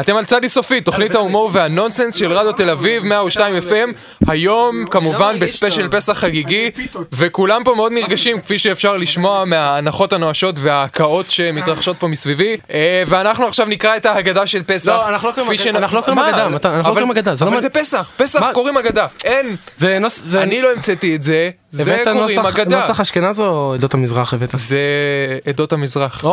אתם על צדי סופי, תוכנית ההומור והנונסנס של רדיו תל אביב, 102 FM, היום כמובן בספיישל פסח חגיגי, וכולם פה מאוד נרגשים, כפי שאפשר לשמוע מההנחות הנואשות וההקאות שמתרחשות פה מסביבי, אה, ואנחנו עכשיו נקרא את ההגדה של פסח. לא, אנחנו לא קוראים כפי הגד- שנ- אנחנו לא קוראים מה? הגדה, מתן, אנחנו לא אבל- קוראים הגדה, זה לא אבל מה- זה פסח, פסח מה? קוראים אגדה, אין, זה נוס... זה... אני לא המצאתי את זה, זה הבאת קוראים נוסח- אגדה. נוסח אשכנז או עדות המזרח הבאת? זה עדות המזרח. אה,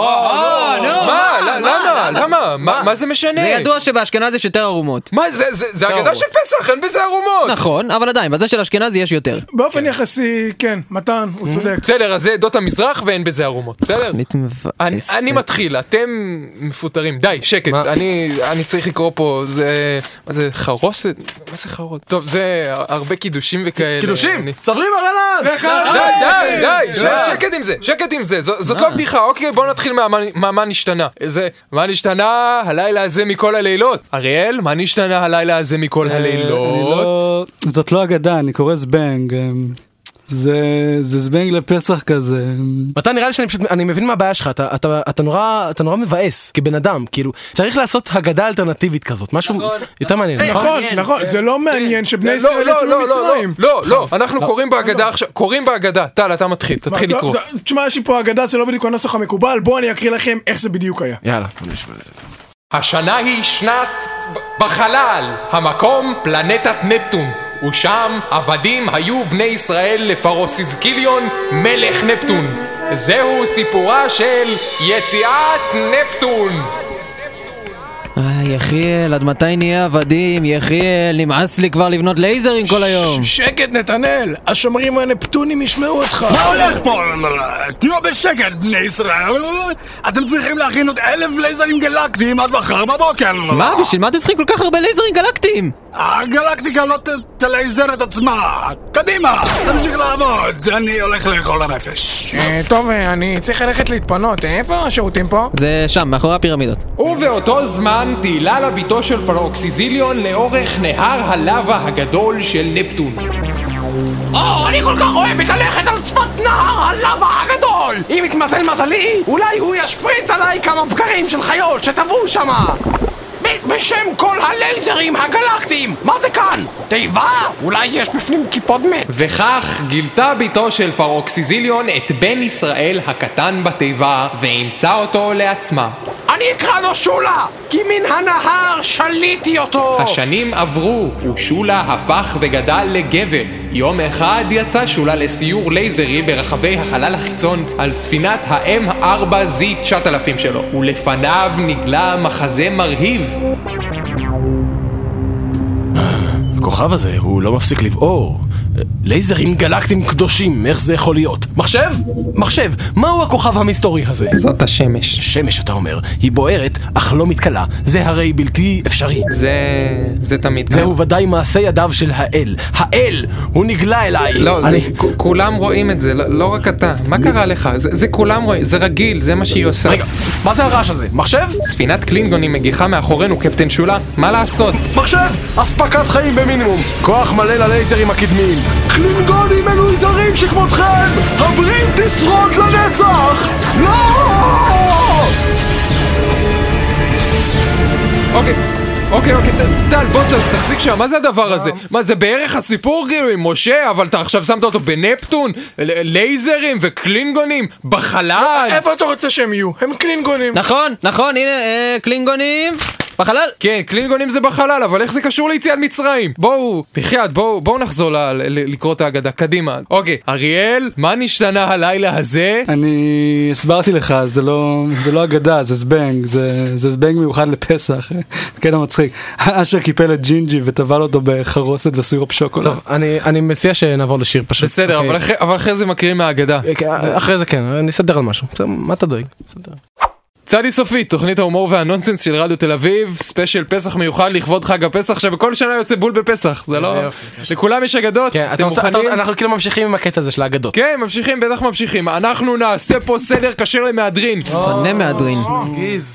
לא! מה? למה? למה? מה- מה זה משנה? זה ידוע שבאשכנז לא יש יותר ערומות. מה זה, זה, זה אגדה ארומות. של פסח, אין בזה ערומות. נכון, אבל עדיין, בזה של אשכנז יש יותר. באופן יחסי, כן, מתן, הוא צודק. בסדר, אז זה עדות המזרח ואין בזה ערומות, בסדר? תוכנית אני, מבאסת. אני מתחיל, אתם מפוטרים, די, שקט, מה? אני, אני צריך לקרוא פה, זה, מה זה חרוסת? מה זה חרות? טוב, זה הרבה קידושים וכאלה. קידושים! אני... סברי מרנן! די, די, די, ש- שקט עם זה, שקט עם זה, זו- זאת לא בדיחה, אוקיי, בוא נתחיל מה- מה- מה מה נשתנה. זה, מה נשתנה הלילה הזה מכל הלילות? אריאל, מה נשתנה הלילה הזה מכל הלילות? זאת לא אגדה, אני קורא זבנג. אמ, זה זה זבנג לפסח כזה. אמ, מתן נראה לי שאני פשוט, אני מבין מה הבעיה שלך, אתה, אתה, אתה, נורא, אתה נורא מבאס כבן אדם, כאילו, צריך לעשות הגדה אלטרנטיבית כזאת, משהו יותר מעניין. אה, נכון. נכון, מעניין. נכון, זה לא מעניין שבני לא, ישראל לא, יצאו לא, לא, ממצרים. לא, לא, אנחנו קוראים בהגדה עכשיו, קוראים בהגדה, טל, אתה מתחיל, תתחיל אה, מה, לקרוא. לא, זה- תשמע, יש לי פה אגדה, זה לא בדיוק הנוסח המקובל, בואו אני אקריא לכם איך זה בדיוק היה. יאללה, בוא נשמע את זה. השנה היא שנת ב- בחלל, המקום פלנטת נפטון, ושם עבדים היו בני ישראל לפרוסיסגיליון מלך נפטון. זהו סיפורה של יציאת נפטון. אה, יחיאל, עד מתי נהיה עבדים? יחיאל, נמאס לי כבר לבנות לייזרים כל היום. שקט נתנאל, השומרים הנפטונים ישמעו אותך. מה הולך פה? תהיו בשקט, בני ישראל. אתם צריכים להכין עוד אלף לייזרים גלקטיים עד מחר בבוקר. מה? בשביל מה אתם צריכים כל כך הרבה לייזרים גלקטיים? הגלקטיקה לא ת- תלייזר את עצמה. קדימה, תמשיך לעבוד. אני הולך לאכול הרפש. טוב, אני צריך ללכת להתפנות, איפה השירותים פה? זה שם, מאחורי הפירמידות. ובאותו זמן תהילה לביתו של פרוקסיזיליון לאורך נהר הלבה הגדול של נפטון. אם יתמזל מזלי, אולי הוא ישפריץ עליי כמה בקרים של חיות שטבעו שמה! ב- בשם כל הלייזרים הגלקטיים! מה זה כאן? תיבה? אולי יש בפנים קיפוד מת? וכך גילתה בתו של פרוקסיזיליון את בן ישראל הקטן בתיבה ואימצה אותו לעצמה. אני אקרא לו שולה! כי מן הנהר שליתי אותו! השנים עברו ושולה הפך וגדל לגבר. יום אחד יצא שולה לסיור לייזרי ברחבי החלל החיצון על ספינת ה-M4Z 9000 שלו, ולפניו נגלה מחזה מרהיב. הכוכב הזה, הוא לא מפסיק לבעור. לייזרים גלקטיים קדושים, איך זה יכול להיות? מחשב? מחשב, מהו הכוכב המסתורי הזה? זאת השמש. שמש, אתה אומר, היא בוערת, אך לא מתכלה. זה הרי בלתי אפשרי. זה... זה תמיד. זהו ודאי מעשה ידיו של האל. האל! הוא נגלה אליי! לא, אני... זה, כ- כולם רואים את זה, לא, לא רק אתה. מה קרה לך? זה, זה כולם רואים, זה רגיל, זה מה שהיא עושה. רגע, מה זה הרעש הזה? מחשב? ספינת קלינגונים מגיחה מאחורינו, קפטן שולה, מה לעשות? מחשב! אספקת חיים במינימום! כוח מלא ללייזרים הקדמיים! קלינגונים אלו יזרים שכמותכם! הברית תשרוד לנצח! לא! אוקיי. אוקיי, אוקיי, ט- טל, בוא ת- תפסיק שם, מה זה הדבר הזה? מה, זה בערך הסיפור כאילו עם משה, אבל אתה עכשיו שמת אותו בנפטון? ל- לייזרים וקלינגונים? בחלל? לא, איפה אתה רוצה שהם יהיו? הם קלינגונים. נכון, נכון, הנה, אה, קלינגונים. בחלל. כן, קלינגונים זה בחלל, אבל איך זה קשור ליציאת מצרים? בואו, בחייאת, בואו בואו נחזור ל- ל- לקרוא את ההגדה, קדימה. אוקיי, אריאל, מה נשתנה הלילה הזה? אני הסברתי לך, זה לא זה לא אגדה, זה זבנג, זה זה זבנג מיוחד לפסח. כן, המצחיק. אשר קיפל את ג'ינג'י וטבל אותו בחרוסת וסירופ שוקולד. אני, אני מציע שנעבור לשיר פשוט. בסדר, אבל אחרי- אבל אחרי זה מקריאים מההגדה. אחרי זה כן, אני אסדר על משהו. מה אתה דואג? צדי סופי, תוכנית ההומור והנונסנס של רדיו תל אביב, ספיישל פסח מיוחד לכבוד חג הפסח, שבכל שנה יוצא בול בפסח, זה לא... לכולם יש אגדות, כן, אתם מוכנים? אנחנו כאילו ממשיכים עם הקטע הזה של האגדות. כן, ממשיכים, בטח ממשיכים, אנחנו נעשה פה סדר כשר למהדרין. שונא מהדרין.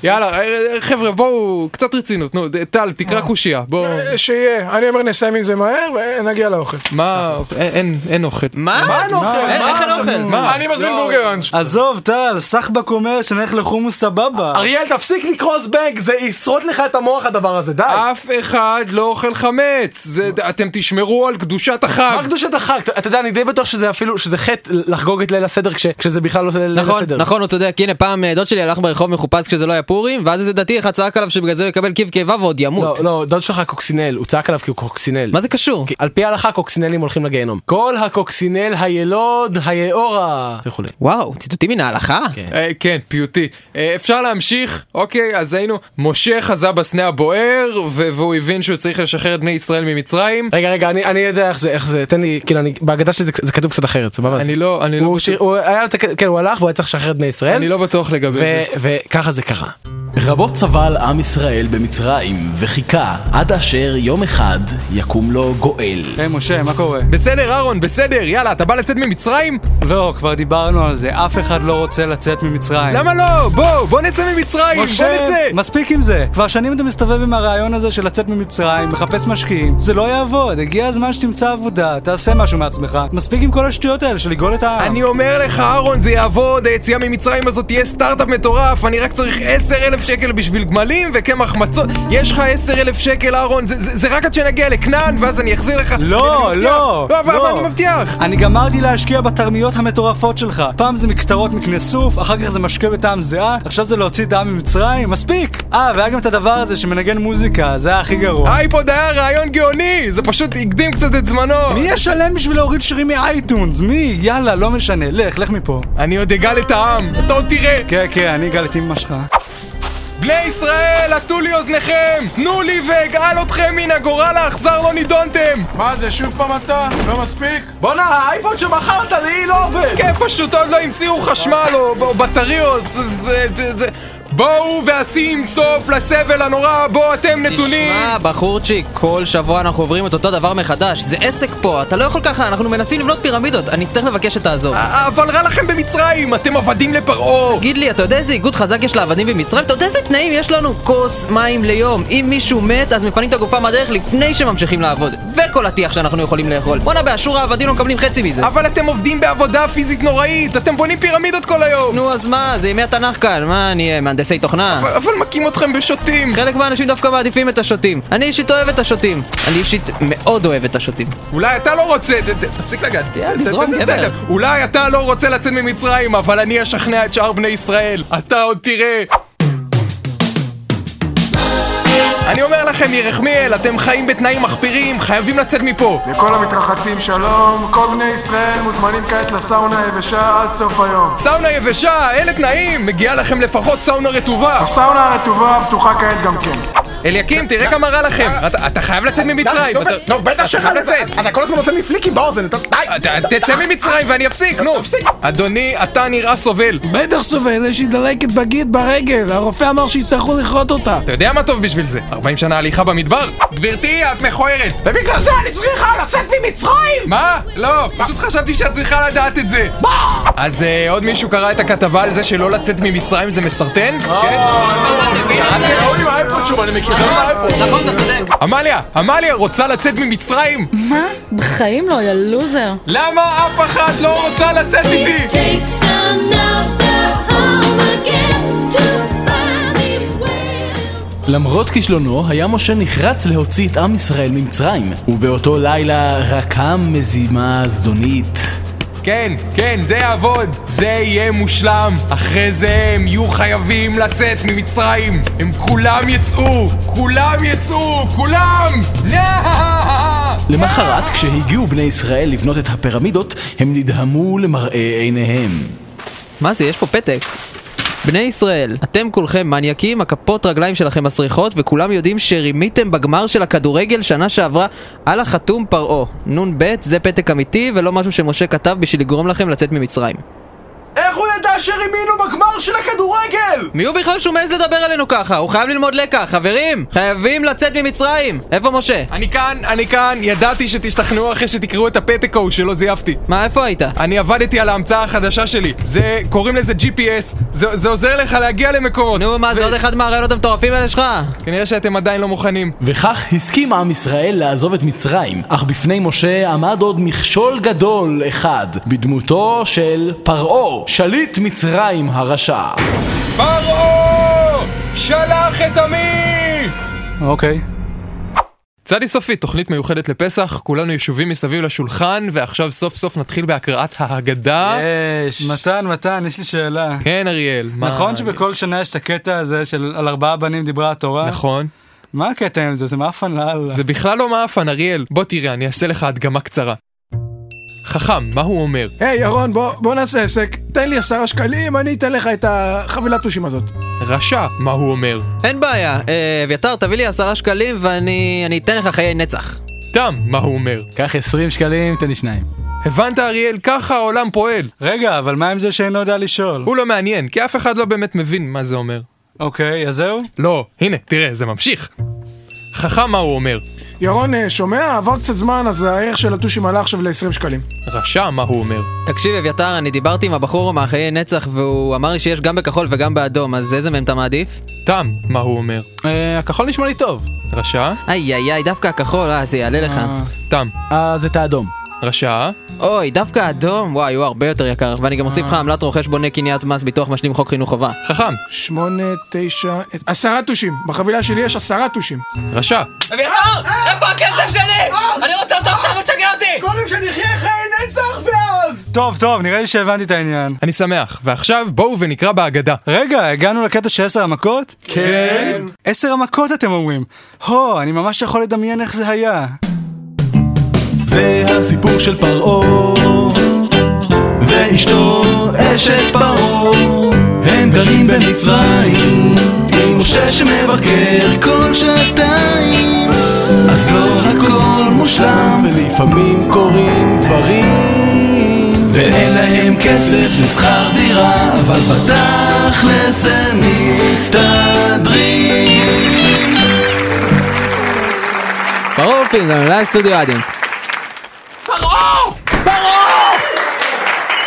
יאללה, אה, אה, חבר'ה, בואו, קצת רצינות, נו, ד- טל, תקרא אה. קושייה, בואו, אה, שיהיה, אני אומר נסיים עם זה מהר ונגיע לאוכל. מה, אה, אין- אין אוכל. מה? מה אין אוכל? איך אין אוכל? מה? אני מזמין בורגראנץ'. עזוב טל, סחבק אומר שנלך לחומוס הבא, סבבה. אריאל, תפסיק לקרוא זבנג, זה ישרוט לך את המוח הדבר הזה, די. אף אחד לא אוכל חמץ, זה- אתם תשמרו על קדושת החג. מה קדושת החג? אתה- אתה יודע, אני די בטוח שזה אפילו, שזה חטא לחגוג את ליל הסדר כש- כשזה בכלל לא ליל נכון, הסדר. נכון, הוא צודק, הנה פעם אה, דוד שלי הלך ברחוב מחופש כשזה לא היה פורים, ואז איזה דתי אחד צעק עליו שבגלל זה הוא יקבל קיב קיבה ועוד לא, ימות. לא, דוד שלך קוקסינל, הוא צעק עליו כי הוא קוקסינל. מה זה קשור? כי על פי ההלכה קוקסינלים הולכים לגיהנום. כל הקוקסינל הילוד היאורה וכולי. וואו, ציטוטים מן ההלכה? אה, כן, פיוטי. אה, אפשר להמשיך? אוקיי, אז היינו, משה חזה בסנה הבוער, ו- והוא הבין שהוא צריך לשחרר את בני ישראל ממצרים. רגע רגע אני אני יודע איך זה איך זה תן לי כאילו אני בהגדה שלי זה זה כתוב קצת אחרת סבבה. אני אז- לא, אני לא, הוא כן? בטוח- שיר- הוא היה לו את הכ- כן הוא הלך והוא היה צריך לשחרר את בני ישראל. אני לא בטוח לגבי זה. ו- וככה זה קרה. רבות סבל עם ישראל במצרים, וחיכה עד אשר יום אחד יקום לו גואל. היי אה, משה, מה קורה? בסדר, אהרון, בסדר, יאללה, אתה בא לצאת ממצרים? לא, כבר דיברנו על זה, אף אחד לא רוצה לצאת ממצרים. למה לא? בוא, בוא נצא ממצרים, בוא משה, נצא! מספיק עם זה. כבר שנים אתה מסתובב עם הרעיון הזה של לצאת ממצרים, מחפש משקיעים. זה לא יעבוד, הגיע הזמן שתמצא עבודה, תעשה משהו מעצמך. מספיק עם כל השטויות האלה של לגאול את העם. אני אומר לך, אהרון, זה יעבוד, היציאה ממצרים הזאת תהיה סטארט-אפ מטורף, אני רק צריך 10,000 שקל בשביל גמלים וקמח מצות. יש לך 10,000 שקל, אהרון, זה- זה זה רק עד שנגיע לכנען, ואז אני אחזיר לך. לא, אני- אני מבטיח. לא, לא, אבל אבל אני מבטיח. אני גמרתי להשקיע בתרמיות המטורפות שלך. פעם זה מקטרות מקנה סוף, אחר כך זה משקה בטעם זיעה, עכשיו זה להוציא את העם ממצרים, מספיק! אה, והיה גם את הדבר הזה שמנגן מוזיקה, זה היה הכי גרוע. האייפוד היה רעיון גאוני, זה פשוט הקדים קצת את זמנו. מי ישלם בשביל להוריד שירים מאייטונס? מי? יאללה, לא משנה, לך, לך מפה. אני עוד אגל את העם, אתה עוד תראה. כן, כן, אני אגאל את אמא שלך. בני ישראל, עטו לי אוזניכם! תנו לי ואגאל אתכם מן הגורל האכזר לא נידונתם! מה זה, שוב פעם אתה? לא מספיק? בואנה האייפוד שמכרת לי לא עובד. כן, פשוט עוד לא המציאו חשמל או או בטריות, זה... זה- זה- בואו ואשים סוף לסבל הנורא, בו אתם נתונים! תשמע, בחורצ'יק, כל שבוע אנחנו עוברים את אותו דבר מחדש. זה עסק פה, אתה לא יכול ככה, אנחנו מנסים לבנות פירמידות. אני אצטרך לבקש שתעזור. אבל רע לכם במצרים, אתם עבדים לפרעה! תגיד לי, אתה יודע איזה איגוד חזק יש לעבדים במצרים? אתה יודע איזה תנאים יש לנו? כוס מים ליום. אם מישהו מת, אז מפנים את הגופה מהדרך לפני שממשיכים לעבוד. וכל הטיח שאנחנו יכולים לאכול. בואנה, באשור העבדים לא מקבלים חצי מזה. אבל אתם עובדים בעבודה פיזית נוראית, אתם בונים פירמידות כל היום! נו, אז מה, זה ימי התנ"ך כאן. מה, נהיה מהנדסי תוכנה? אבל מכים אתכם בשוטים! חלק מהאנשים דווקא מעדיפים את השוטים. אני אישית אוהב את השוטים. אני אישית מאוד אוהב את השוטים. אולי אתה לא רוצה, ת- ת- תפסיק לגעת. יאללה, ת- תזרום, ת- ת- גבר. אולי אתה לא רוצה לצאת ממצרים, אבל אני אשכנע את שאר בני ישראל. אתה עוד תראה. אני אומר לכם, ירחמיאל, אתם חיים בתנאים מחפירים, חייבים לצאת מפה. לכל המתרחצים שלום, כל בני ישראל מוזמנים כעת לסאונה היבשה עד סוף היום. סאונה יבשה, אלה תנאים, מגיעה לכם לפחות סאונה רטובה. הסאונה הרטובה פתוחה כעת גם כן. אליקים, תראה כמה רע לכם. אתה- אתה חייב לצאת ממצרים. נו, אתה- ב- נו, לא, בטח אתה אה, שלך חייב לצאת. אתה כל הזמן נותן לי פליקים באוזן, אתה... די! אתה- תצא ממצרים ואני אפסיק, נו. אדוני, אתה נראה סובל. בטח סובל, יש לי דלקת בגיד ברגל, הרופא אמר שיצטרכו לכרות אותה. אתה יודע מה טוב בשביל זה? 40 שנה הליכה במדבר? גברתי, את מכוערת. ובגלל זה אני צריכה לצאת ממצרים! מה? לא, פשוט חשבתי שאת צריכה לדעת את זה. אז אה, עוד מישהו קרא את הכתבה על זה שלא לצאת ממצרים זה מסרטן? אה. כן. ראו לי מהאייפוד לא שוב, אני מכיר נכון, אתה צודק. עמליה, עמליה רוצה לצאת ממצרים? מה? בחיים לא, יא לוזר. למה אף אחת לא רוצה לצאת איתי? takes another home again to find me where. למרות כישלונו, היה משה נחרץ להוציא את עם ישראל ממצרים, ובאותו לילה רקם מזימה זדונית. כן, כן, זה יעבוד. זה יהיה מושלם. אחרי זה הם יהיו חייבים לצאת ממצרים. הם כולם יצאו! כולם יצאו! כולם! למחרת, כשהגיעו בני ישראל לבנות את הפירמידות, הם נדהמו למראה עיניהם. מה זה, יש פה פתק. בני ישראל, אתם כולכם מניאקים, הכפות רגליים שלכם מסריחות, וכולם יודעים שרימיתם בגמר של הכדורגל שנה שעברה על החתום פרעה. נ"ב, זה פתק אמיתי, ולא משהו שמשה כתב בשביל לגרום לכם לצאת ממצרים. איך הוא ידע שרימינו בגמר של הכדורגל? מי הוא בכלל שהוא מעז לדבר עלינו ככה? הוא חייב ללמוד לקח, חברים! חייבים לצאת ממצרים! איפה משה? אני כאן, אני כאן, ידעתי שתשתכנעו אחרי שתקראו את הפתק ההוא שלא זייפתי. מה, איפה היית? אני עבדתי על ההמצאה החדשה שלי. זה, קוראים לזה GPS, זה, זה עוזר לך להגיע למקומות. נו, מה, זה עוד אחד מהרעיונות המטורפים האלה שלך? כנראה שאתם עדיין לא מוכנים. וכך הסכים עם ישראל לעזוב את מצרים, אך בפני משה עמד עוד מכשול גדול אחד, בדמותו של פרעה, שליט מצרים הרשע. פרעה! שלח את עמי! אוקיי. צדי סופי, תוכנית מיוחדת לפסח, כולנו ישובים מסביב לשולחן, ועכשיו סוף סוף נתחיל בהקראת ההגדה. כן. יש. מתן, מתן, יש לי שאלה. כן, אריאל. מה- נכון שבכל שנה יש את הקטע הזה של על ארבעה בנים דיברה התורה? נכון. מה הקטע עם זה? זה מאפן לאללה. זה בכלל לא מאפן, אריאל. בוא תראה, אני אעשה לך הדגמה קצרה. חכם, מה הוא אומר? היי, ירון, בוא בוא נעשה עסק. תן לי עשרה שקלים, אני אתן לך את החבילת טושים הזאת. רשע, מה הוא אומר? אין בעיה, אה, אביתר, תביא לי עשרה שקלים ואני אני אתן לך חיי נצח. תם, מה הוא אומר? קח 20 שקלים, תן לי שניים. הבנת אריאל? ככה העולם פועל. רגע, אבל מה עם זה שאינו יודע לשאול? הוא לא מעניין, כי אף אחד לא באמת מבין מה זה אומר. אוקיי, אז זהו? לא, הנה, תראה, זה ממשיך. חכם, מה הוא אומר? ירון, אה, שומע? עבר קצת זמן, אז הערך של הטושים עלה עכשיו ל-20 שקלים. רשע, מה הוא אומר? תקשיב, אביתר, אני דיברתי עם הבחור מהחיי נצח והוא אמר לי שיש גם בכחול וגם באדום, אז איזה מהם אתה מעדיף? תם, מה הוא אומר? אה, הכחול נשמע לי טוב. רשע? איי איי איי, דווקא הכחול, אה, זה יעלה לך. אה. תם. אז את האדום. רשע? אוי, דווקא האדום, וואי, הוא הרבה יותר יקר, ואני גם אה. אוסיף לך עמלת רוכש בונה קניית מס, ביטוח משלים חוק חינוך חובה. חכם. שמונה, תשע, עשרה טושים. בחבילה שלי יש עשרה טושים. רשע. אביתר! איפה הכסף שלי? אני רוצה אותו עכשיו, הוא תשגע אותי! קודם שנחיה חיי נצח ואז! טוב, טוב, נראה לי שהבנתי את העניין. אני שמח, ועכשיו בואו ונקרא בהגדה. רגע, הגענו לקטע של עשר המכות? כן. עשר המכות אתם אומרים. הו, אני ממש יכול לדמיין איך זה היה. זה הסיפור של פרעה ואשתו אשת פרעה הם גרים במצרים עם משה שמבקר כל שעתיים אז לא הכל מושלם ולפעמים קורים דברים ואין להם כסף לשכר דירה אבל בתכלס הם מסתדרים ברור, פילדון, לייב סטודיו אדיאנס. פרעה! פרעה!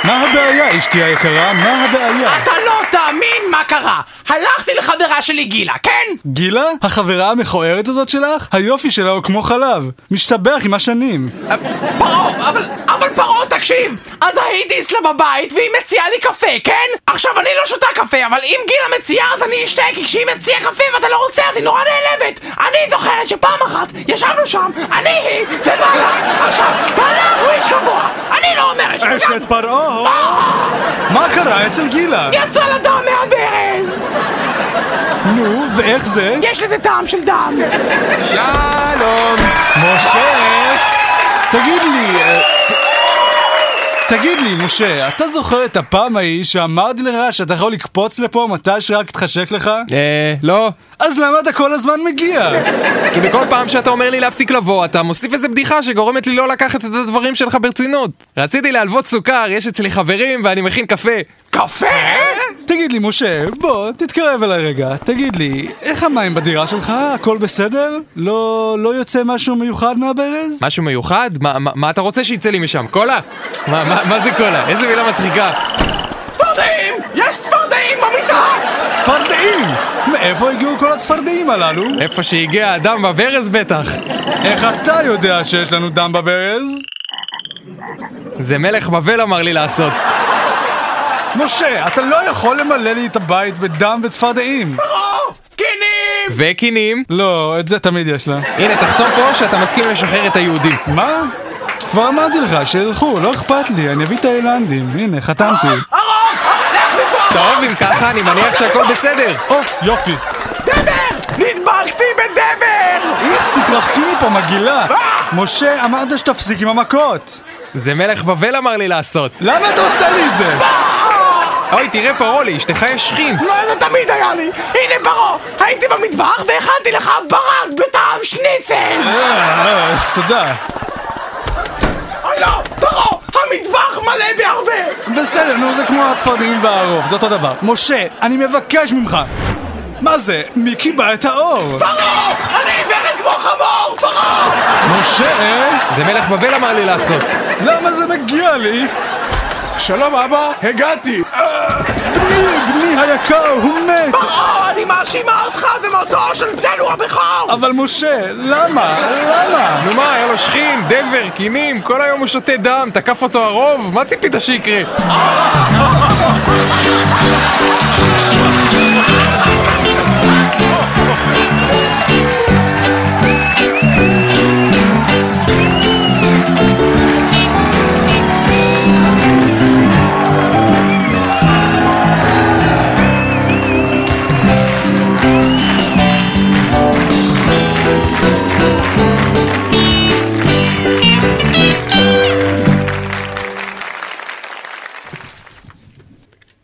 מה הבעיה, אשתי היקרה? מה הבעיה? אתה לא תאמין מה קרה! הלכתי לחברה שלי גילה, כן? גילה, החברה המכוערת הזאת שלך, היופי שלה הוא כמו חלב. משתבח עם השנים. פרעה, אבל, אבל פרעה, תקשיב! אז היידיס לה בבית והיא מציעה לי קפה, כן? עכשיו אני לא שותה קפה, אבל אם גילה מציעה אז אני אשתה, כי כשהיא מציעה קפה ואתה לא רוצה אז היא נורא נעלבת! אני זוכרת שפעם אחת ישבנו שם, אני היא ובעלה! עכשיו, בעלה הוא איש גבוה! אני לא אומרת ש... אשת פרעה! מה קרה אצל גילה? יצא לה דם מהברז! נו, ואיך זה? יש לזה טעם של דם! שלום! משה! תגיד לי... אה, ת- תגיד לי, משה, אתה זוכר את הפעם ההיא שאמרתי לך שאתה יכול לקפוץ לפה מתי שרק תחשק לך? אה, לא. אז למה אתה כל הזמן מגיע? כי בכל פעם שאתה אומר לי להפסיק לבוא, אתה מוסיף איזה בדיחה שגורמת לי לא לקחת את הדברים שלך ברצינות. רציתי להלוות סוכר, יש אצלי חברים ואני מכין קפה. קפה? תגיד לי, משה, בוא, תתקרב אליי רגע. תגיד לי, איך המים בדירה שלך? הכל בסדר? לא, לא יוצא משהו מיוחד מהברז? משהו מיוחד? מה, מה, מה אתה רוצה שיצא לי משם? קולה? מה, מה, מה זה קולה? איזה מילה מצחיקה. צפרדעים! יש צפרדעים במיטה! צפרדעים! מאיפה הגיעו כל הצפרדעים הללו? איפה שהגיע האדם בברז בטח. איך אתה יודע שיש לנו דם בברז? זה מלך בבל אמר לי לעשות. משה, אתה לא יכול למלא לי את הבית בדם וצפרדעים. פרעה! קינים! וקינים. לא, את זה תמיד יש לה. הנה, תחתום פה שאתה מסכים לשחרר את היהודים. מה? כבר אמרתי לך, שילכו, לא אכפת לי, אני אביא תאילנדים. הנה, חתמתי. הרוב! לך מפה! טוב, אם ככה, אני מניח שהכל בסדר. או, יופי. דבר! נדבקתי בדבר! איכס, תתרחקי מפה, מגעילה! משה, אמרת שתפסיק עם המכות! זה מלך בבל אמר לי לעשות. למה אתה עושה לי את זה? אוי, תראה פרעה, לאשתך יש שכין. לא, זה תמיד היה לי! הנה פרעה! הייתי במטבח והכנתי לך ברד בטעם שניצל! אה, אה, תודה. אוי לא! פרעה! המטבח מלא בהרבה! בסדר, נו, זה כמו הצפרדעים והערוב, זה אותו דבר. משה, אני מבקש ממך! מה זה? מי קיבע את האור? פרעה! אני עיוורת כמו חמור! פרעה! משה, אה? זה מלך בבל אמר לי לעשות. למה זה מגיע לי? אה, שלום, אבא, הגעתי. בני, בני היקר, הוא מת! פרעה! אני מאשימה אותך במותו של בננו הבכור! אבל משה, למה? למה? נו מה, היה לו שכין, דבר, קינים, כל היום הוא שותה דם, תקף אותו הרוב, מה ציפית שיקרה? Thank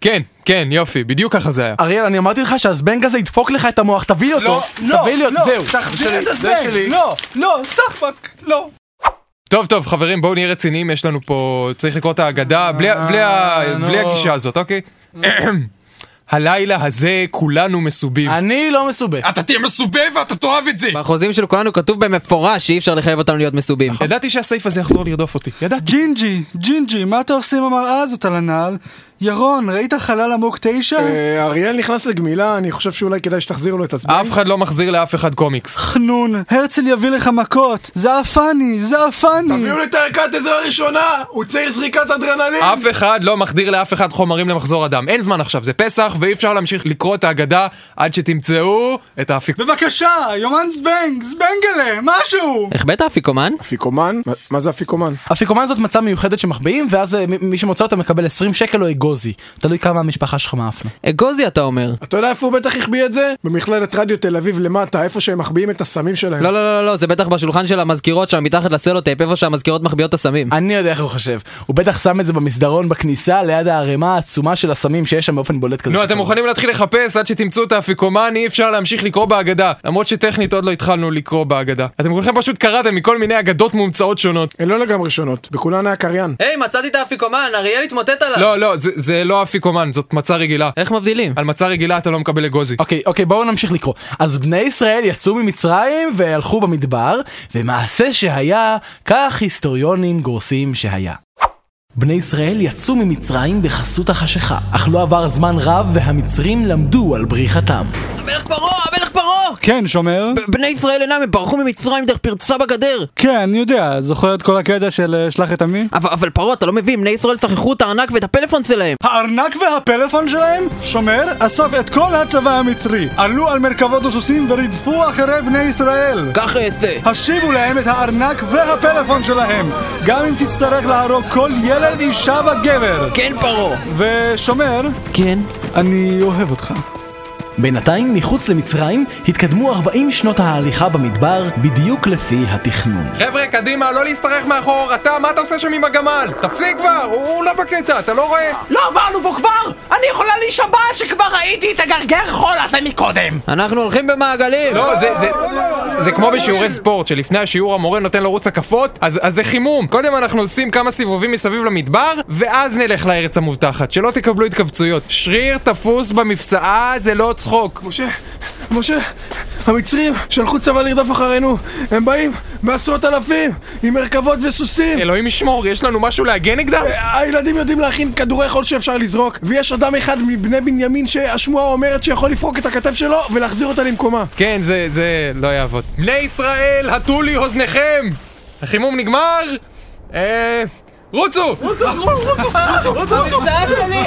כן, כן, יופי, בדיוק ככה זה היה. אריאל, אני אמרתי לך שהזבנג הזה ידפוק לך את המוח, תביא לי אותו. לא, תביא לי אותו, זהו. תחזיר את זה הזבנג! שלי. לא, לא, סחבק, לא. טוב, טוב, חברים, בואו נהיה רציניים, יש לנו פה... צריך לקרוא את ההגדה, בלי ה- בלי ה- אה, נו. בלי הגישה הזאת, אוקיי? הלילה הזה כולנו מסובים. אני לא מסובה. אתה תהיה מסובה ואתה תאהב את זה! בחוזים של כולנו כתוב במפורש שאי אפשר לחייב אותנו להיות מסובים. ידעתי שהסעיף הזה יחזור לרדוף אותי, ידעתי. ג'ינג'י, ג'ינג'י, מה אתה עושה עם המראה הזאת על הנעל? ירון, ראית חלל עמוק תשע? אה, אריאל נכנס לגמילה, אני חושב שאולי כדאי שתחזירו לו את עצמך. אף אחד לא מחזיר לאף אחד קומיקס. חנון, הרצל יביא לך מכות, זעפני, זעפני! תביאו לי את הערכת עזרה הראשונה! הוא צעיר זריקת אדרנלין! אה. אף אחד לא מחדיר לאף אחד חומרים למחזור הדם. אין זמן עכשיו, זה פסח, ואי אפשר להמשיך לקרוא את ההגדה עד שתמצאו את האפיק... בבקשה, יומן זבנג, זבנגלה, משהו! החבאת אפיקומן? אפיקומן? מה- מה זה אפיקומן? אפיקומן זאת מצה מיוחדת שמחביאים, ואז אה, מ- מי שמוצא אותה מקבל 20 שקל או אגוזי. תלוי כמה המשפחה שלך מאפנה. אגוזי אתה אומר. אתה יודע איפה הוא בטח החביא את זה? במכללת רדיו תל אביב למטה, איפה שהם מחביאים את הסמים שלהם. לא, לא, לא, לא, זה בטח בשולחן של המזכירות שם, מתחת לסלוטייפ, איפה שהמזכירות מחביאות את הסמים. אני יודע איך הוא חושב. הוא בטח שם את זה במסדרון בכניסה, ליד הערימה העצומה של הסמים שיש שם באופן בולט כזה. נו, אתם מוכנים להתחיל לחפש עד שתמצאו את האפיקומן, אי אפשר להמשיך לקרוא בהגדה. למרות שטכנית עוד לא התחלנו לקרוא בהגדה. אתם כולכם פשוט קראתם מכל מיני אגדות מומצאות שונות. הן לא לגמרי שונות, בכולן היה קריין. היי, מצאתי את האפיקומן, אריאל התמוטט עליו. לא, לא, זה- זה לא אפיקומן, זאת מצה רגילה. איך מבדילים? על מצה רגילה אתה לא מקבל אגוזי. אוקיי, אוקיי, בואו נמשיך לקרוא. אז בני ישראל יצאו ממצרים והלכו במדבר, ומעשה שהיה, כך היסטוריונים גורסים שהיה. בני ישראל יצאו ממצרים בחסות החשיכה, אך לא עבר זמן רב והמצרים למדו על בריחתם. המלך פרעה, המלך פרעה! כן, שומר? בני ישראל אינם, הם ברחו ממצרים דרך פרצה בגדר! כן, אני יודע, זוכר את כל הקטע של אה, שלח את עמי? אבל, אבל פרעה, אתה לא מבין, בני ישראל שכחו את הארנק ואת הפלאפון שלהם! הארנק והפלאפון שלהם? שומר אסף את כל הצבא המצרי, עלו על מרכבות וסוסים ורדפו אחרי בני ישראל. ככה אעשה. השיבו להם את הארנק והפלאפון שלהם, גם אם תצטרך להרוג כל ילד, אישה וגבר. כן, פרעה. ושומר, כן? אני אוהב אותך. בינתיים, מחוץ למצרים, התקדמו 40 שנות ההליכה במדבר, בדיוק לפי התכנון. חבר'ה, קדימה, לא להשתרך מאחור, אתה, מה אתה עושה שם עם הגמל? תפסיק כבר, הוא הוא לא בקטע, אתה לא רואה? לא עברנו פה כבר! אני יכולה להישבע שכבר ראיתי את הגרגר חול הזה מקודם! אנחנו הולכים במעגלים! לא, זה, זה, זה כמו בשיעורי ספורט, שלפני השיעור המורה נותן לרוץ הקפות, אז, אז זה חימום. קודם אנחנו עושים כמה סיבובים מסביב למדבר, ואז נלך לארץ המובטחת, שלא תקבלו התכווצויות. שריר תפוס במפסעה זה לא צחוק. משה, משה, המצרים שלחו צבא לרדוף אחרינו, הם באים בעשרות אלפים, עם מרכבות וסוסים! אלוהים ישמור, יש לנו משהו להגן נגדם? הילדים יודעים להכין כדורי חול שאפשר לזרוק, ויש אדם אחד מבני בנימין שהשמועה אומרת שיכול לפרוק את הכתף שלו ולהחזיר אותה למקומה. כן, זה, זה לא יעבוד. בני ישראל, הטו לי אוזניכם! החימום נגמר? אה... רוצו! רוצו, רוצו, רוצו, רוצו!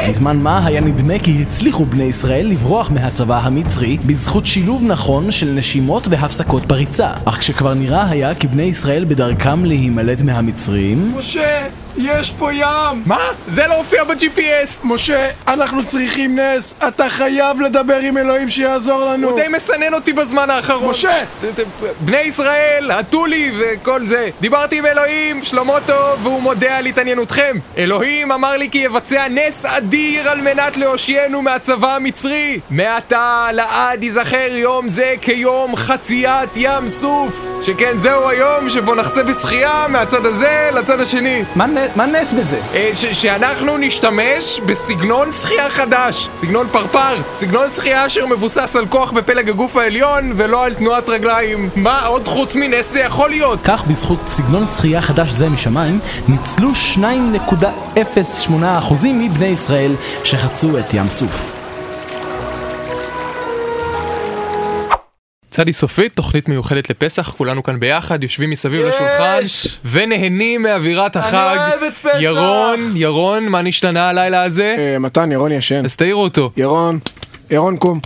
בזמן מה היה נדמה כי הצליחו בני ישראל לברוח מהצבא המצרי בזכות שילוב נכון של נשימות והפסקות בריצה. אך כשכבר נראה היה כי בני ישראל בדרכם להימלט מהמצרים... משה, יש פה ים! מה? זה לא הופיע ב-GPS! משה, אנחנו צריכים נס, אתה חייב לדבר עם אלוהים שיעזור לנו! הוא די מסנן אותי בזמן האחרון. משה! בני ישראל, הטולי וכל זה. דיברתי עם אלוהים, שלמה טוב, והוא מודה על התעניינותכם. אלוהים אמר לי כי יבצע נס אדיר על מנת להושיענו מהצבא המצרי. מעתה לעד ייזכר יום זה כיום חציית ים סוף. שכן זהו היום שבו נחצה בשחייה מהצד הזה לצד השני. מה נס בזה? אה, ש- שאנחנו נשתמש בסגנון שחייה חדש, סגנון פרפר, סגנון שחייה אשר מבוסס על כוח בפלג הגוף העליון ולא על תנועת רגליים. מה עוד חוץ מנס זה יכול להיות? כך בזכות סגנון שחייה חדש זה משמיים, ניצלו 2.08% מבני ישראל שחצו את ים סוף. צדי סופית, תוכנית מיוחדת לפסח, כולנו כאן ביחד, יושבים מסביב לשולחן ונהנים מאווירת החג. אוהב את פסח! ירון, ירון, מה נשתנה הלילה הזה? אה, מתן, ירון ישן. אז תעירו אותו. ירון, ירון קום.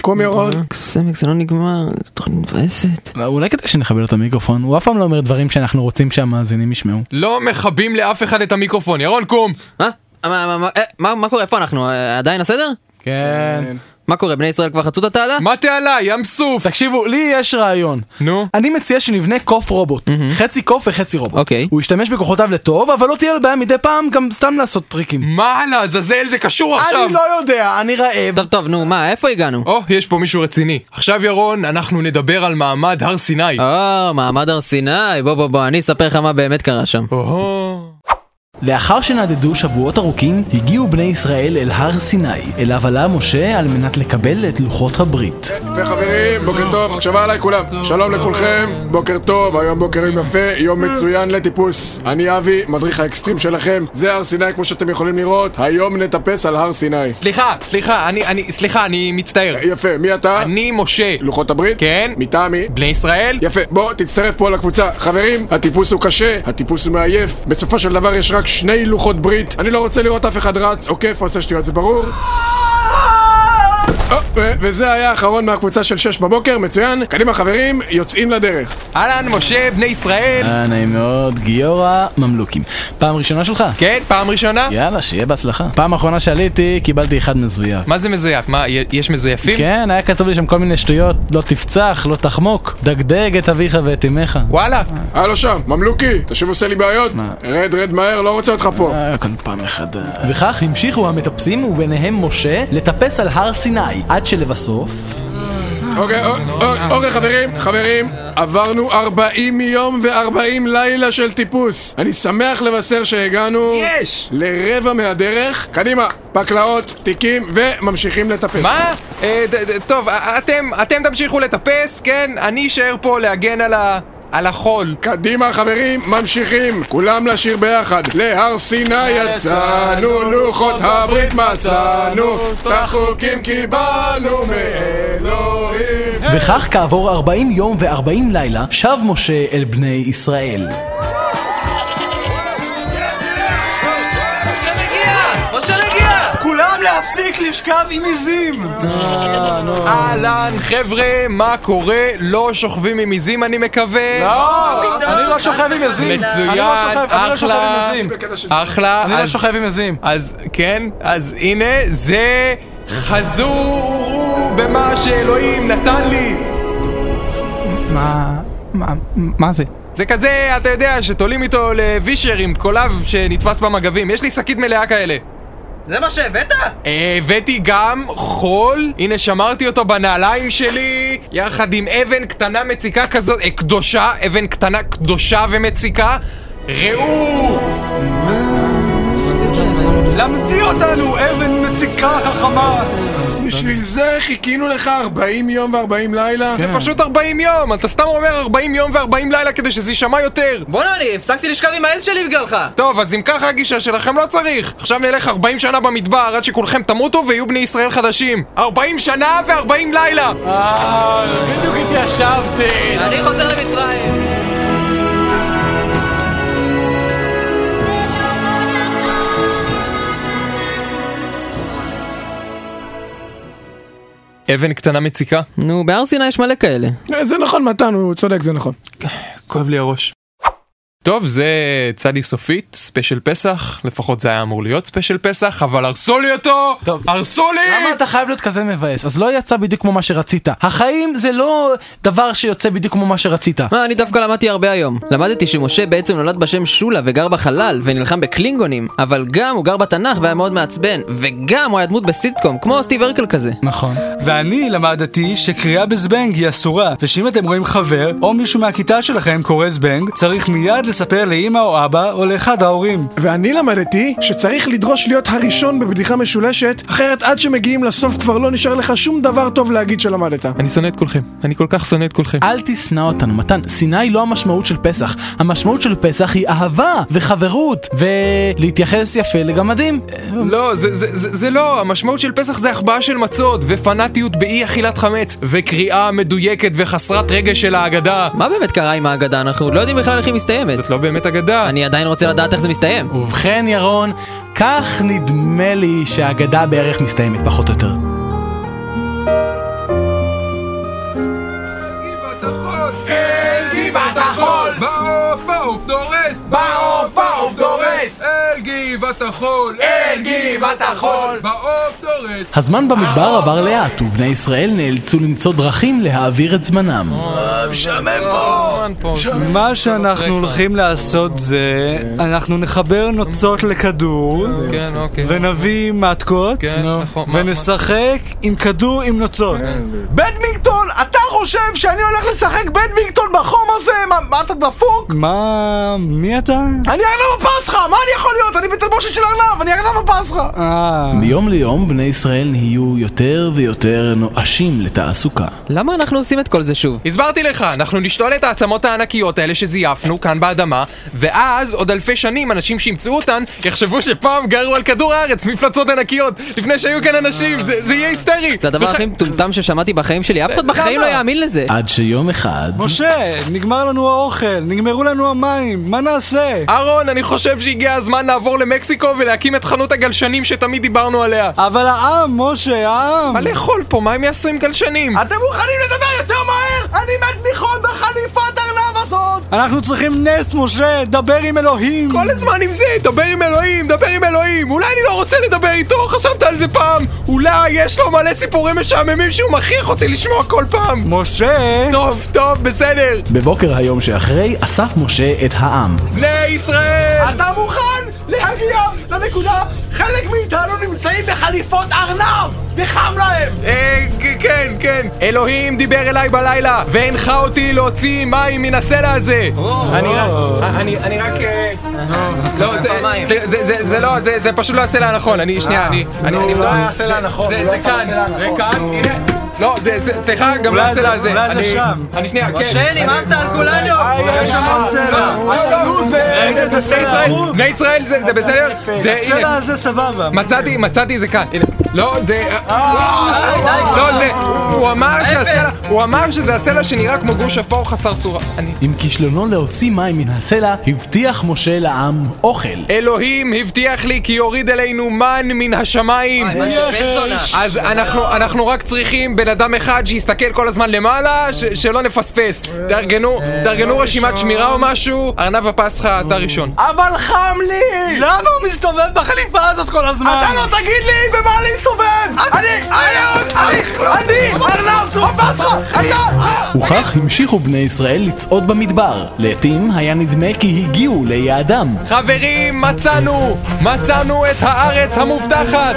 קום ירון. סמק, זה לא נגמר, זו תוכנית מבאסת. אולי כדאי שנכבד את המיקרופון, הוא אף פעם לא אומר דברים שאנחנו רוצים שהמאזינים ישמעו. לא מכבים לאף אחד את המיקרופון, ירון קום! מה? מה- מה- מה- אה, מה מה קורה? איפה אנחנו? אה, עדיין הסדר? כן. אה, מה קורה, בני ישראל כבר חצו את התעלה? מה תעלה? ים סוף! תקשיבו, לי יש רעיון. נו? אני מציע שנבנה קוף רובוט. חצי קוף וחצי רובוט. אוקיי. הוא ישתמש בכוחותיו לטוב, אבל לא תהיה לו בעיה מדי פעם גם סתם לעשות טריקים. מה לעזאזל זה קשור עכשיו? אני לא יודע, אני רעב. טוב, טוב, נו, מה, איפה הגענו? או, יש פה מישהו רציני. עכשיו, ירון, אנחנו נדבר על מעמד הר סיני. או, מעמד הר סיני, בוא בוא בוא, אני אספר לך מה באמת קרה שם. או-הו. לאחר שנדדו שבועות ארוכים, הגיעו בני ישראל אל הר סיני, אליו עלה משה על מנת לקבל את לוחות הברית. וחברים, בוקר טוב, מחשבה עליי כולם. שלום לכולכם, בוקר טוב, היום בוקר יום יפה, יום מצוין לטיפוס. אני אבי, מדריך האקסטרים שלכם, זה הר סיני כמו שאתם יכולים לראות, היום נטפס על הר סיני. סליחה, סליחה, אני, אני, סליחה, אני מצטער. יפה, מי אתה? אני משה. לוחות הברית? כן. מטעם מי? בני ישראל? יפה, בוא, תצטרף פה לקבוצה. חברים, הטיפוס הוא קשה, הטיפוס הוא מעייף, בסופו של דבר יש רק שני לוחות ברית, אני לא רוצה לראות אף אחד רץ, עוקף, עושה שטויות, זה ברור. או, ו- וזה היה האחרון מהקבוצה של 6 בבוקר, מצוין. קדימה חברים, יוצאים לדרך. אהלן, משה, בני ישראל. אה, נעים מאוד, גיורא, ממלוכים. פעם ראשונה שלך? כן, פעם ראשונה. יאללה, שיהיה בהצלחה. פעם אחרונה שעליתי, קיבלתי אחד מזויף. מה זה מזויף? מה, י- יש מזויפים? כן, היה כתוב לי שם כל מיני שטויות, לא תפצח, לא תחמוק, דגדג את אביך ואת אמך. וואלה. הלו שם, ממלוכי, אתה שוב עושה לי בעיות? רד, רד מהר, לא רוצה אותך פה. אה, כל פעם אה. מחדש. וכך המשיכו המטפסים, וביניהם משה, לטפס על הר סיני, עד שלבסוף... אוקיי, א- א- אוקיי חברים, חברים, עברנו 40 יום ו-40 לילה של טיפוס. אני שמח לבשר שהגענו... יש! לרבע מהדרך. קדימה, פקלאות, תיקים, וממשיכים לטפס. מה? אה, ד- ד- טוב, א- אתם, אתם תמשיכו לטפס, כן? אני אשאר פה להגן על ה... על החול. קדימה חברים, ממשיכים, כולם לשיר ביחד. להר סיני יצאנו, לוחות הברית מצאנו, את החוקים קיבלנו מאלוהים. וכך כעבור 40 יום ו-40 לילה, שב משה אל בני ישראל. כולם להפסיק לשכב עם עיזים! אהלן, חבר'ה, מה קורה? לא שוכבים עם עיזים, אני מקווה. אה, אני לא שוכב עם יזים! מצוין, אני לא שוכב- אני לא שוכב עם אחלה, יזים! אחלה. אני לא אז- שוכב עם יזים. אז כן, אז הנה, זה חזור במה שאלוהים נתן לי. מה... מה... מה זה? זה כזה, אתה יודע, שתולים איתו לווישר עם קולב שנתפס במגבים. יש לי שקית מלאה כאלה. זה מה שהבאת? אה, הבאתי גם חול, הנה שמרתי אותו בנעליים שלי, יחד עם אבן קטנה מציקה כזאת, אה, קדושה, אבן קטנה קדושה ומציקה. ראו! למדי אותנו, אבן מציקה חכמה! בשביל זה חיכינו לך 40 יום ו-40 לילה? זה פשוט 40 יום, אתה סתם אומר 40 יום ו-40 לילה כדי שזה יישמע יותר. בואנה, אני הפסקתי לשכב עם העז שלי בגללך! טוב, אז אם ככה הגישה שלכם לא צריך. עכשיו נלך 40 שנה במדבר עד שכולכם תמותו ויהיו בני ישראל חדשים. 40 שנה ו-40 לילה! בדיוק התיישבתי! אני חוזר למצרים! אבן קטנה מציקה? נו, בהר סיני יש מלא כאלה. אה, זה נכון, מתן, הוא צודק, זה נכון. כואב לי הראש. טוב, זה צדי סופית, ספיישל פסח, לפחות זה היה אמור להיות ספיישל פסח, אבל הרסו לי אותו! טוב. הרסו לי! למה אתה חייב להיות כזה מבאס? אז לא יצא בדיוק כמו מה שרצית. החיים זה לא דבר שיוצא בדיוק כמו מה שרצית. מה, אה, אני דווקא למדתי הרבה היום. למדתי שמשה בעצם נולד בשם שולה וגר בחלל ונלחם בקלינגונים, אבל גם הוא גר בתנ"ך והיה מאוד מעצבן, וגם הוא היה דמות בסיטקום, כמו סטיב הרקל כזה. נכון. ואני למדתי שקריאה בזבנג היא אסורה, ושאם אתם רואים חבר או מישהו מהכיתה שלכם קורא זבנג, צריך מיד לספר לאימא או אבא או לאחד ההורים. ואני למדתי שצריך לדרוש להיות הראשון בבדיחה משולשת, אחרת עד שמגיעים לסוף כבר לא נשאר לך שום דבר טוב להגיד שלמדת. אני שונא את כולכם, אני כל כך שונא את כולכם. אל תשנא אותנו, מתן. שנאה היא לא המשמעות של פסח. המשמעות של פסח היא אהבה וחברות ולהתייחס יפה לגמדים. לא, זה, זה, זה, זה לא, המשמעות של פסח זה החבאה של מצות, ופנאטיות באי אכילת חמץ, וקריאה מדויקת וחסרת רגש של ההגדה. מה באמת קרה עם ההגדה? אנחנו עוד לא יודעים בכלל איך היא מסתיימת. זאת לא באמת אגדה. אני עדיין רוצה לדעת איך זה מסתיים. ובכן, ירון, כך נדמה לי שהאגדה בערך מסתיימת, פחות או יותר. אל גבעת החול! בעוף, בעוף דורס! בעוף, בעוף דורס! אל גבעת החול! אל של גבעת החול! מעוף דורס! הזמן במדבר עבר לאט, ובני ישראל נאלצו למצוא דרכים להעביר את זמנם. משעמם פה! מה כן. שאנחנו הולכים לעשות זה, כן. אנחנו נחבר נוצות לכדור, כן, אוקיי. ונביא מתקות, כן, נו, נכון, ונשחק עם כדור עם כן, נוצות. בדמינגטון, אתה חושב שאני הולך לשחק בדמינגטון בחום הזה? מה, מה אתה דפוק? מה... מי אתה? אני ארנב הפסחא, מה אני יכול להיות? אני בתלבושת של ארנב, אני ארנב הפסחא! מיום ליום בני ישראל נהיו יותר ויותר נואשים לתעסוקה. למה אנחנו עושים את כל זה שוב? הסברתי לך, אנחנו נשתול את העצמות הענקיות האלה שזייפנו כאן באדמה, ואז עוד אלפי שנים אנשים שימצאו אותן יחשבו שפעם גרו על כדור הארץ מפלצות ענקיות, לפני שהיו כאן אנשים, זה זה יהיה היסטרי! זה הדבר הכי מטומטם ששמעתי בחיים שלי, אף אחד בחיים לא יאמין לזה. עד שיום אחד... משה, נגמר לנו האוכל, נגמרו לנו המים, מה נעשה? אהרון, אני חושב שהגיע הזמן לעבור למקסיקו ולהקים את חנות הגלשנים שתמיד דיברנו עליה. אבל העם, משה, העם! מה לאכול פה? מה הם יעשו עם גלשנים? אתם מוכנים לדבר יותר מהר? אני מת מחום בחליפת ארנב הזאת! אנחנו צריכים נס, משה, דבר עם אלוהים! כל הזמן עם זה, דבר עם אלוהים, דבר עם אלוהים! אולי אני לא רוצה לדבר איתו, חשבת על זה פעם! אולי יש לו מלא סיפורים משעממים שהוא מכריח אותי לשמוע כל פעם! משה! טוב, טוב, בסדר! בבוקר היום שאחרי אסף משה את העם. בני ישראל! אתה מוכן להגיע לנקודה? חלק מאיתנו נמצאים בחליפות ארנב! וחם להם! אה, כ- כן, כן. אלוהים דיבר אליי בלילה, והנחה אותי להוציא מים מן הסלע הזה. אני רק... אני- אני רק... אה, לא, זה- זה- זה- זה- זה לא, זה זה פשוט לא הסלע הנכון. אני, שנייה, אני... אני- אני- לא זה- היה הסלע הנכון, זה- הוא לא זה עשה כאן, בסלע הנכון. זה כאן, הנה. לא, זה- זה- סליחה, גם לא אולי זה- הסלע הזה. אולי זה אני- שם. אני שנייה, כן. משה, נמאסת על כולנו! אה, יש המון סלע. בני אה, ישראל, בני ישראל, זה- זה בסדר? זה, הסלע הנה. הזה סבבה. מצאתי, מצאתי, זה כאן. הנה. לא, זה... לא, זה... הוא אמר שהסלע... הוא אמר שזה הסלע שנראה כמו גוש אפור חסר צורה. אני... עם כישלונו להוציא מים מן הסלע, הבטיח משה לעם אוכל. אלוהים הבטיח לי כי יוריד אלינו מן מן השמיים. מה זה פרסונה? אז אנחנו, אנחנו רק צריכים בן אדם אחד שיסתכל כל הזמן למעלה, ש- שלא נפספס. תארגנו, תארגנו רשימת שמירה או משהו, ארנב הפסחא, אתה ראשון. אבל חם לי! למה הוא מסתובב בחליפה הזאת כל הזמן? אתה לא תגיד לי במה להסתובב! אני... אה, אני... אני... ארנב צור פסחא! אתה... וכך המשיכו בני ישראל לצעוד במדבר. לעתים היה נדמה כי הגיעו ליעדם. חברים, מצאנו! מצאנו את הארץ המובטחת!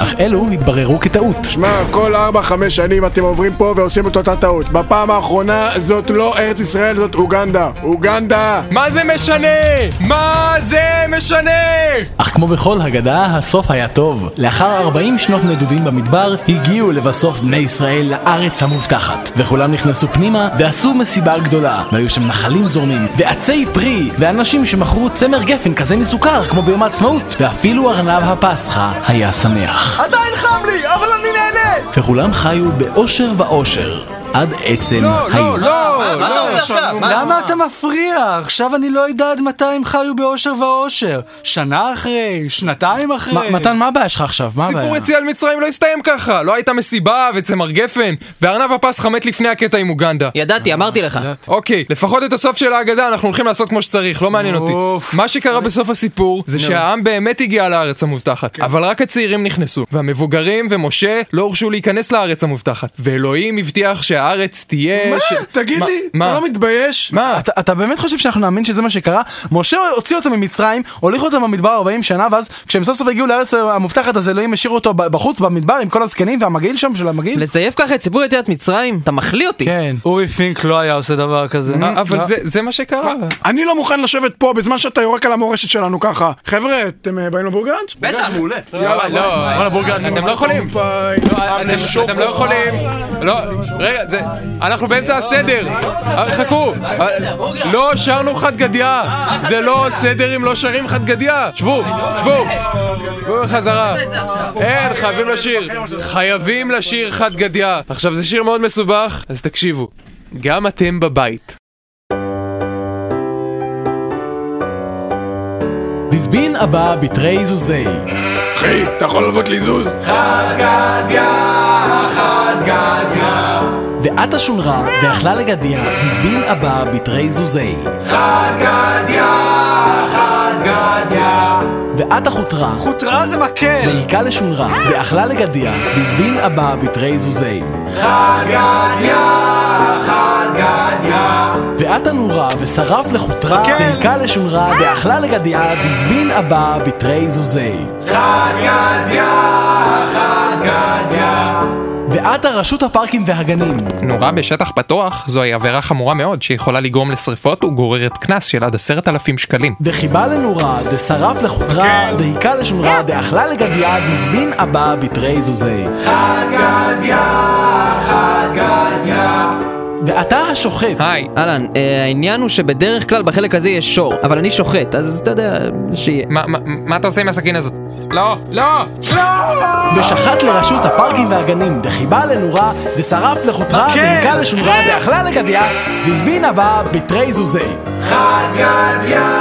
אך אלו התבררו כטעות. שמע, כל 4-5 שנים אתם עוברים פה ועושים את אותה טעות. בפעם האחרונה זאת לא ארץ ישראל, זאת אוגנדה. אוגנדה! מה זה משנה? מה זה משנה? אך כמו בכל הגדה, הסוף היה טוב. לאחר 40 שנות נדודים במדבר, הגיעו לבסוף בני ישראל לארץ המובטחת. וכולם נכנסו פנימה, ועשו מסיבה גדולה. והיו שם נחלים זורמים, ועצי פרי, ואנשים שמכרו צמר גפן כזה מסוכר, כמו ביום העצמאות. ואפילו ארנב הפסחא היה שמח. עדיין חם לי, אבל אני נהנה! וכולם חיו באושר ואושר, עד עצם היום. לא, מה אתה רוצה עכשיו? מה- למה אתה מפריע? עכשיו אני לא יודע עד מתי הם חיו באושר ואושר. שנה אחרי, שנתיים אחרי. מ- מתן, מה הבעיה שלך עכשיו? מה הבעיה? סיפור יציאה מצרים לא הסתיים ככה, לא הייתה מסיבה וצמר גפן, וארנב הפסחא מת לפני הקטע עם אוגנדה. ידעתי, אמרתי לך. אוקיי, לפחות את הסוף של ההגדה אנחנו הולכים לעשות כמו שצריך, לא מעניין אותי. מה שקרה בסוף הסיפור זה שהעם באמת הגיע לארץ כן. המובטחת, אבל רק הצעירים נכנסו, והמבוגרים ומשה לא הורשו להיכנס לארץ המובטחת, ואלוהים הבטיח שהארץ תהיה... מה? ש- תגיד מה- לי, אתה מה? לא מתבייש? מה? אתה, אתה באמת חושב שאנחנו נאמין שזה מה שקרה? משה הוציא אותם ממצרים, הוליך אותם במדבר 40 שנה, ואז כשהם סוף סוף הגיעו לארץ המובטחת, אז אלוהים השאיר אותו ב- בחוץ במדבר עם כל הזקנים והמגעיל שם של המגעיל? לזייף ככה את ציבור יציאת מצרים? אתה מחליא אותי. כן. אורי פינק לא היה עושה דבר כזה. אה, אבל זה- זה מה שקרה. אה, אני לא מוכן לשבת פה בזמן שאתה יורק על המורשת שלנו ככה. חבר'ה, אתם אה, באים לבורגנץ'? אה, בטח! לא, לא, אתם לא יכולים. לא, אתם- אתם לא יכולים. אה, לא, רגע, זה... אנחנו באמצע הסדר. אה, חכו. אה, לא שרנו חד גדיא. זה לא סדר אם לא שרים חד גדיא. שבו, שבו. שבו בחזרה. אין, חייבים לשיר. חייבים לשיר חד גדיא. עכשיו, זה שיר מאוד מסובך, אז תקשיבו. גם אתם בבית. דיזבין הבא בתרי זוזי. אחי, אתה יכול ללוות לי זוז? ואת שונרה, ואכלה לגדיה, דיזבין הבא בתרי זוזי. חד גדיא, חד גדיא, ואת החוטרה. חוטרה זה מקל! והיכה לשונרה, ואכלה לגדיה, והזבין אבא בתרי זוזי. חגדיה, חגדיה. ואת הנורה, ושרף לחוטרה, והיכה לשונרה, ואכלה לגדיה, והזבין אבא בתרי זוזי. חגדיה, חגדיה. ואת הרשות הפארקים והגנים. נורה בשטח פתוח זוהי עבירה חמורה מאוד שיכולה לגרום לשריפות וגוררת קנס של עד עשרת אלפים שקלים. וחיבה לנורה, דשרף כן. לחודרה, דהיכה לשונרה, דאכלה לגדיה, דזבין אבא בתרי זוזי. חגדיה, חגדיה. ואתה השוחט. היי. אהלן, אה, העניין הוא שבדרך כלל בחלק הזה יש שור, אבל אני שוחט, אז אתה יודע, שיהיה. מה אתה עושה עם הסכין הזאת? לא, לא! ושחט לרשות הפארקים והגנים, דחיבה לנורה, דשרף לחוטרה, כן. דהיכה לשונרה, דאכלה לגדיה, דזבין הבא בתרי זוזי. חגדיה,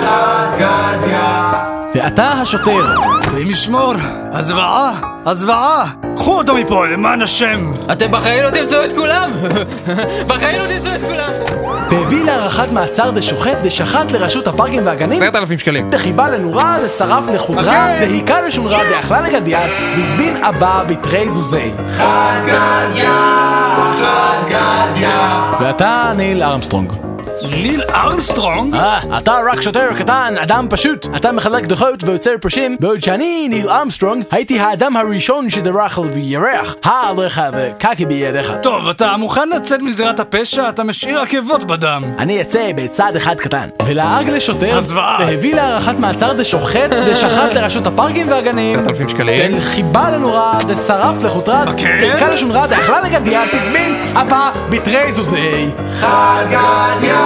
חגדיה. ואתה השוטר. ואם ישמור, הזוועה, הזוועה. קחו אותו מפה, למען השם! אתם בחיים לא תמצאו את כולם! בחיים לא תמצאו את כולם! והביא להארכת מעצר דשוחט דשחט לרשות הפארקים והגנים עשרת אלפים שקלים אוקיי. דחיבה לנורה דשרף לחודרה דהיקה לשונרה דאכלה לגדיה דזבין אבא בתרי זוזי חגדיה, חגדיה ואתה ניל ארמסטרונג ליל ארמסטרונג? אה, אתה רק שוטר קטן, אדם פשוט. אתה מחלק דוחות ויוצר פרשים, בעוד שאני, ניל ארמסטרונג, הייתי האדם הראשון שדרך על ירח. עליך וקקי בידיך. טוב, אתה מוכן לצאת מזירת הפשע? אתה משאיר עקבות בדם. אני אצא בצעד אחד קטן. ולעג לשוטר, הזוועה. והביא להארכת מעצר דשוחט, דשחט לרשות הפארקים והגנים. 10,000 שקלים. דחיבה לנורה, דשרף לחוטרת. מקל? דקה לשונרה, דאכלה לגדיה, תזמין, אוקיי. הבא, בתרי זוזי. חגדיה,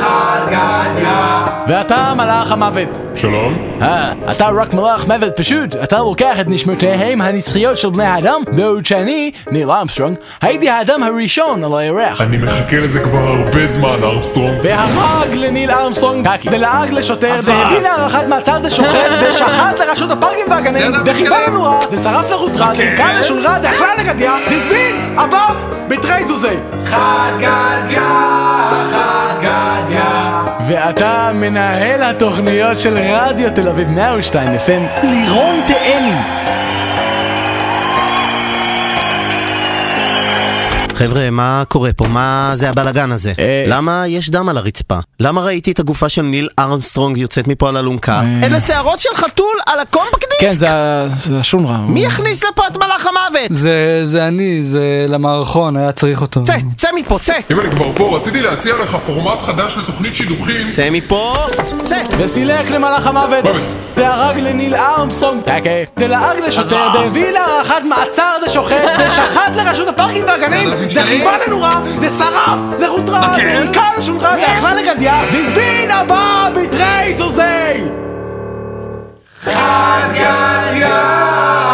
חגדיה ואתה מלאך המוות. שלום. אה, אתה רק מלאך מוות פשוט. אתה לוקח את נשמותיהם הנצחיות של בני האדם, בעוד שאני, ניל אמסטרונג, הייתי האדם הראשון על הירח. אני מחכה לזה כבר הרבה זמן, ארמסטרונג. והרג לניל אמסטרונג, קקי. דלעג לשוטר, והביא להארכת מעצר דשוחט, דשחט לרשות הפארקים והגנים, דחיבה לנורה, דשרף לחוטרה, דקה לשונרה, דאכלה לגדיה, דזבין, הבא, בתרי זוזי. חגדיה, חגדיה ואתה מנהל התוכניות של רדיו תל אביב 102 FM, לירון תאני. חבר'ה, מה קורה פה? מה זה הבלגן הזה? אה. למה יש דם על הרצפה? למה ראיתי את הגופה של ניל ארמסטרונג יוצאת מפה על אלונקה? אלה שערות של חתול על הקומפקט דיסק? כן, זה ה- זה השונרה. מי יכניס לפה את מלאך המוות? זה, זה אני, זה למערכון, היה צריך אותו. צא, צא מפה, צא! אם אני כבר פה, רציתי להציע לך פורמט חדש לתוכנית שידוכים. צא מפה! צא! וסילק למלאך המוות. מוות. דהרג לניל ארמסונג. קקי. דלעג לשוטר, דהביא להארכת מעצר דשוחט, דשחט לרשות הפארקים והגנים, דחיבה לנורה, דשרף, לחוטרה, דהיקה לשולחן, דאכלה לגדיה, דזבין הבא בתרי זוזי! חגדיה,